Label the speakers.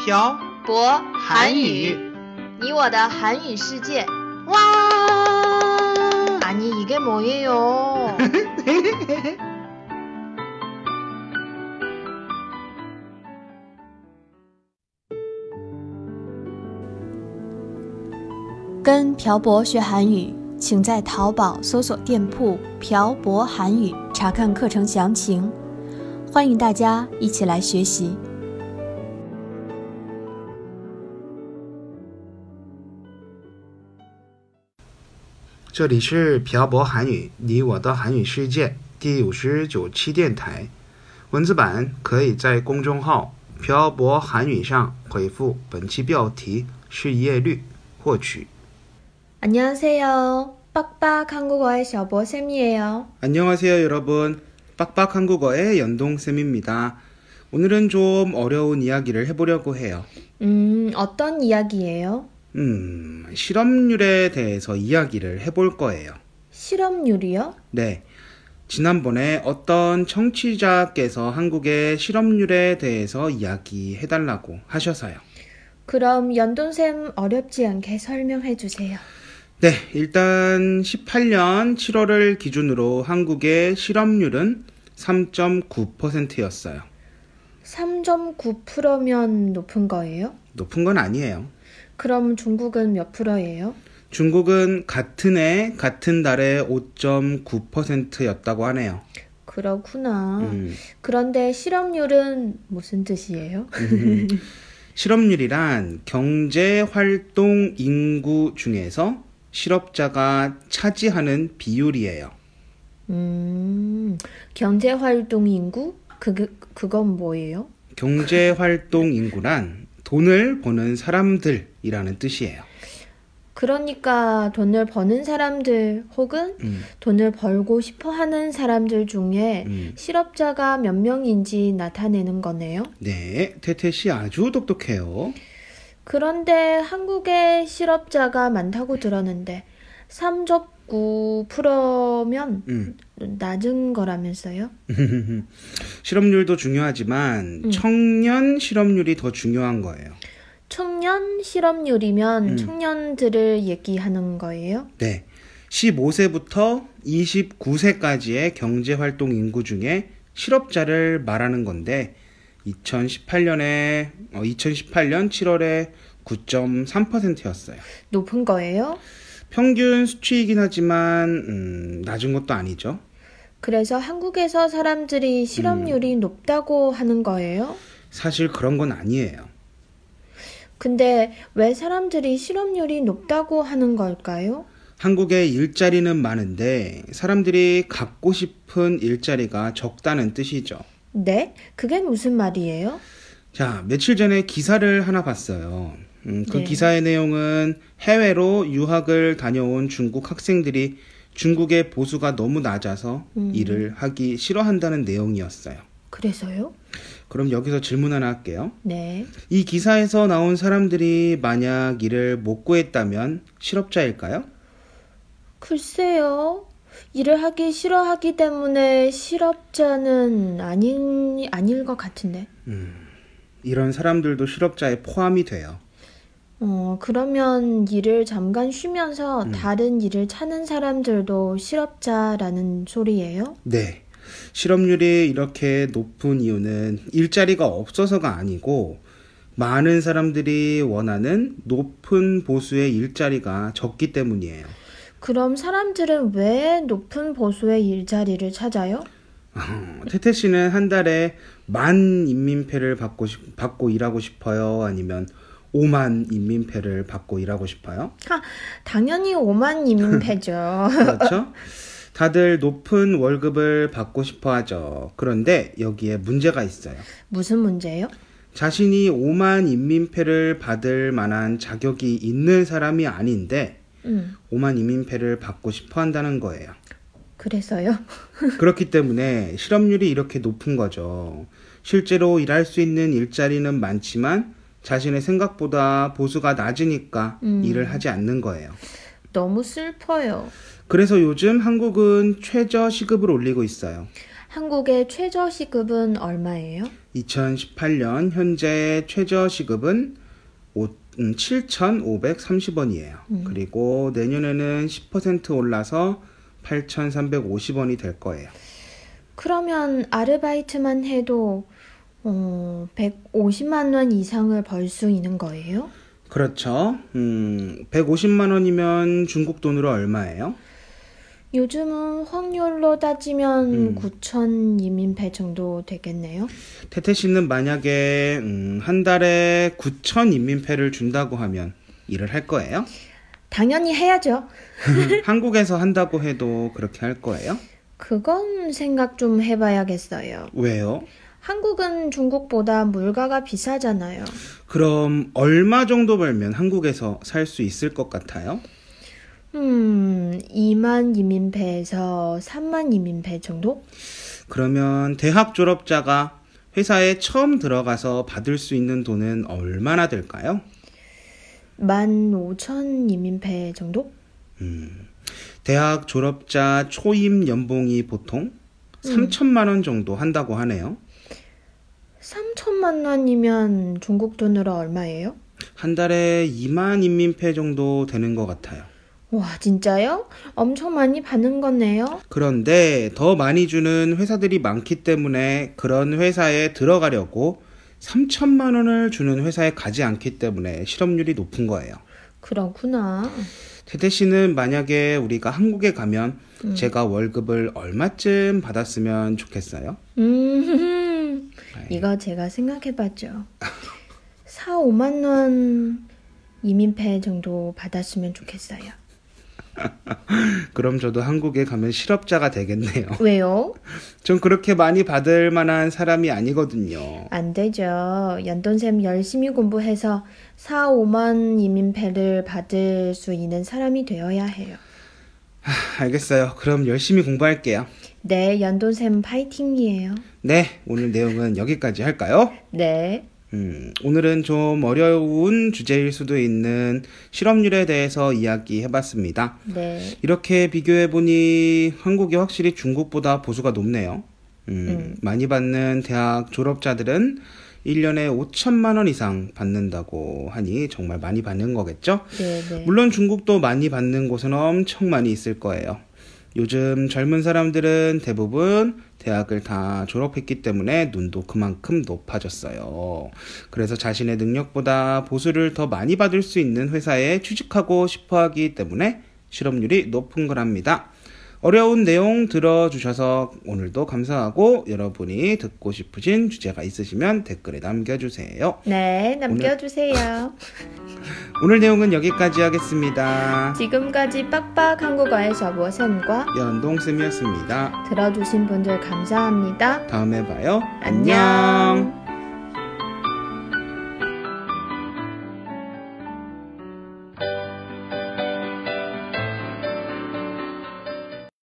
Speaker 1: 朴
Speaker 2: 博
Speaker 1: 韩语，
Speaker 2: 你我的韩语世界。啊
Speaker 1: 哇！
Speaker 2: 아니 이게 뭐예요?
Speaker 3: 跟朴博学韩语，请在淘宝搜索店铺“朴博韩语”查看课程详情。欢迎大家一起来学习。
Speaker 4: 这里是漂泊韩语，你我的韩语世界第五十九期电台。文字版可以在公众号“漂泊韩语”上回复本期标题“失业率”获取。
Speaker 2: 안녕하세요. 빡빡 한국어의 셔보 쌤이에요.
Speaker 4: 안녕하세요, 여러분. 빡빡 한국어의 연동 쌤입니다. 오늘은 좀 어려운 이야기를 해보려고 해요.
Speaker 2: 음, 어떤 이야기예요?
Speaker 4: 음, 실업률에 대해서 이야기를 해볼 거예요.
Speaker 2: 실업률이요?
Speaker 4: 네. 지난번에 어떤 청취자께서 한국의 실업률에 대해서 이야기해달라고 하셔서요.
Speaker 2: 그럼 연돈쌤 어렵지 않게 설명해 주세요.
Speaker 4: 네, 일단 18년 7월을 기준으로 한국의 실업률은 3.9%였어요.
Speaker 2: 3.9%면 높은 거예요?
Speaker 4: 높은 건 아니에요.
Speaker 2: 그럼 중국은 몇 프로예요?
Speaker 4: 중국은 같은 해, 같은 달에 5.9%였다고 하네요.
Speaker 2: 그렇구나.
Speaker 4: 음.
Speaker 2: 그런데 실업률은 무슨 뜻이에요?
Speaker 4: 실업률이란 경제 활동 인구 중에서 실업자가 차지하는 비율이에요.
Speaker 2: 음, 경제활동 인구? 그, 그, 그건 뭐예요?
Speaker 4: 경제 활동 인구란 돈을 버는 사람들이라는 뜻이에요.
Speaker 2: 그러니까 돈을 버는 사람들 혹은
Speaker 4: 음,
Speaker 2: 돈을 벌고 싶어 하는 사람들 중에
Speaker 4: 음.
Speaker 2: 실업자가 몇 명인지 나타내는 거네요.
Speaker 4: 네, 태태 씨 아주 똑똑해요.
Speaker 2: 그런데 한국에 실업자가 많다고 들었는데 3.9%면
Speaker 4: 음.
Speaker 2: 낮은 거라면서요?
Speaker 4: 실업률도 중요하지만
Speaker 2: 음.
Speaker 4: 청년 실업률이 더 중요한 거예요.
Speaker 2: 청년 실업률이면
Speaker 4: 음.
Speaker 2: 청년들을 얘기하는 거예요?
Speaker 4: 네. 15세부터 29세까지의 경제활동 인구 중에 실업자를 말하는 건데, 2018년에, 어, 2018년 7월에 9.3%였어요.
Speaker 2: 높은 거예요?
Speaker 4: 평균 수치이긴 하지만, 음, 낮은 것도 아니죠.
Speaker 2: 그래서 한국에서 사람들이 실업률이 높다고 하는 거예요?
Speaker 4: 사실 그런 건 아니에요.
Speaker 2: 근데 왜 사람들이 실업률이 높다고 하는 걸까요?
Speaker 4: 한국의 일자리는 많은데, 사람들이 갖고 싶은 일자리가 적다는 뜻이죠.
Speaker 2: 네? 그게 무슨 말이에요?
Speaker 4: 자, 며칠 전에 기사를 하나 봤어요. 음, 그
Speaker 2: 네.
Speaker 4: 기사의 내용은 해외로 유학을 다녀온 중국 학생들이 중국의 보수가 너무 낮아서
Speaker 2: 음.
Speaker 4: 일을 하기 싫어한다는 내용이었어요.
Speaker 2: 그래서요?
Speaker 4: 그럼 여기서 질문 하나 할게요.
Speaker 2: 네.
Speaker 4: 이 기사에서 나온 사람들이 만약 일을 못 구했다면 실업자일까요?
Speaker 2: 글쎄요. 일을 하기 싫어하기 때문에 실업자는 아닌, 아닐 것 같은데.
Speaker 4: 이런 사람들도 실업자에 포함이 돼요.
Speaker 2: 어, 그러면 일을 잠깐 쉬면서 다른 일을 찾는 사람들도 실업자라는 소리예요?
Speaker 4: 네. 실업률이 이렇게 높은 이유는 일자리가 없어서가 아니고 많은 사람들이 원하는 높은 보수의 일자리가 적기 때문이에요.
Speaker 2: 그럼 사람들은 왜 높은 보수의 일자리를 찾아요?
Speaker 4: 어, 태태 씨는 한 달에 만 인민패를 받고 싶- 받고 일하고 싶어요? 아니면 5만 인민패를 받고 일하고 싶어요?
Speaker 2: 하, 당연히 오만 인민패죠.
Speaker 4: 그렇죠? 다들 높은 월급을 받고 싶어 하죠. 그런데 여기에 문제가 있어요.
Speaker 2: 무슨 문제예요?
Speaker 4: 자신이 5만 인민패를 받을 만한 자격이 있는 사람이 아닌데
Speaker 2: 음,
Speaker 4: 5만 인민패를 받고 싶어 한다는 거예요.
Speaker 2: 그래서요?
Speaker 4: 그렇기 때문에 실업률이 이렇게 높은 거죠. 실제로 일할 수 있는 일자리는 많지만 자신의 생각보다 보수가 낮으니까 일을 하지 않는 거예요.
Speaker 2: 너무 슬퍼요.
Speaker 4: 그래서 요즘 한국은 최저 시급을 올리고 있어요.
Speaker 2: 한국의 최저 시급은 얼마예요?
Speaker 4: 2018년 현재 최저 시급은 7,530원이에요. 그리고 내년에는 10% 올라서 8,350원이 될 거예요.
Speaker 2: 그러면 아르바이트만 해도 어, 150만 원 이상을 벌 수 있는 거예요?
Speaker 4: 그렇죠. 음, 150만 원이면 중국 돈으로 얼마예요?
Speaker 2: 요즘은 확률로 따지면
Speaker 4: 음.
Speaker 2: 9천 이민배 정도 되겠네요.
Speaker 4: 태태 씨는 만약에 음, 한 달에 9천 인민폐를 준다고 하면 일을 할 거예요?
Speaker 2: 당연히 해야죠.
Speaker 4: 한국에서 한다고 해도 그렇게 할 거예요?
Speaker 2: 그건 생각 좀 해봐야겠어요.
Speaker 4: 왜요?
Speaker 2: 한국은 중국보다 물가가 비싸잖아요.
Speaker 4: 그럼 얼마 정도 벌면 한국에서 살 수 있을 것 같아요?
Speaker 2: 음, 2만 이민배에서 3만 이민배 정도?
Speaker 4: 그러면 대학 졸업자가 회사에 처음 들어가서 받을 수 있는 돈은 얼마나 될까요?
Speaker 2: 1만 5천 이민배 정도?
Speaker 4: 대학 졸업자 초임 연봉이 보통 3천만 원 정도 한다고 하네요.
Speaker 2: 3천만 원이면 중국 돈으로 얼마예요?
Speaker 4: 한 달에 2만 인민폐 정도 되는 것 같아요.
Speaker 2: 와, 진짜요? 엄청 많이 받는 거네요.
Speaker 4: 그런데 더 많이 주는 회사들이 많기 때문에 그런 회사에 들어가려고 3천만 원을 주는 회사에 가지 않기 때문에 실업률이 높은 거예요.
Speaker 2: 그렇구나.
Speaker 4: 태태 씨는 만약에 우리가 한국에 가면 제가 월급을 얼마쯤 받았으면 좋겠어요?
Speaker 2: 음, 이거 제가 생각해봤죠. 4, 5만 원 이민패 정도 받았으면 좋겠어요.
Speaker 4: 그럼 저도 한국에 가면 실업자가 되겠네요.
Speaker 2: 왜요?
Speaker 4: 전 그렇게 많이 받을 만한 사람이 아니거든요.
Speaker 2: 안 되죠. 연돈쌤 열심히 공부해서 4, 5만 이민패를 받을 수 있는 사람이 되어야 해요.
Speaker 4: 하, 알겠어요. 그럼 열심히 공부할게요.
Speaker 2: 네, 연돈쌤 파이팅이에요.
Speaker 4: 네, 오늘 내용은 여기까지 할까요?
Speaker 2: 네.
Speaker 4: 음, 오늘은 좀 어려운 주제일 수도 있는 실업률에 대해서 이야기해봤습니다.
Speaker 2: 네.
Speaker 4: 이렇게 비교해보니 한국이 확실히 중국보다 보수가 높네요. 음, 많이 받는 대학 졸업자들은 1년에 5천만 원 이상 받는다고 하니 정말 많이 받는 거겠죠?
Speaker 2: 네, 네.
Speaker 4: 물론 중국도 많이 받는 곳은 엄청 많이 있을 거예요. 요즘 젊은 사람들은 대부분 대학을 다 졸업했기 때문에 눈도 그만큼 높아졌어요. 그래서 자신의 능력보다 보수를 더 많이 받을 수 있는 회사에 취직하고 싶어 하기 때문에 실업률이 높은 거랍니다. 어려운 내용 들어주셔서 오늘도 감사하고 여러분이 듣고 싶으신 주제가 있으시면 댓글에 남겨주세요.
Speaker 2: 네, 남겨주세요.
Speaker 4: 오늘 내용은 여기까지 하겠습니다.
Speaker 2: 지금까지 빡빡 한국어의 저보쌤과
Speaker 4: 연동쌤이었습니다.
Speaker 2: 들어주신 분들 감사합니다.
Speaker 4: 다음에 봐요.
Speaker 2: 안녕.
Speaker 4: 안녕.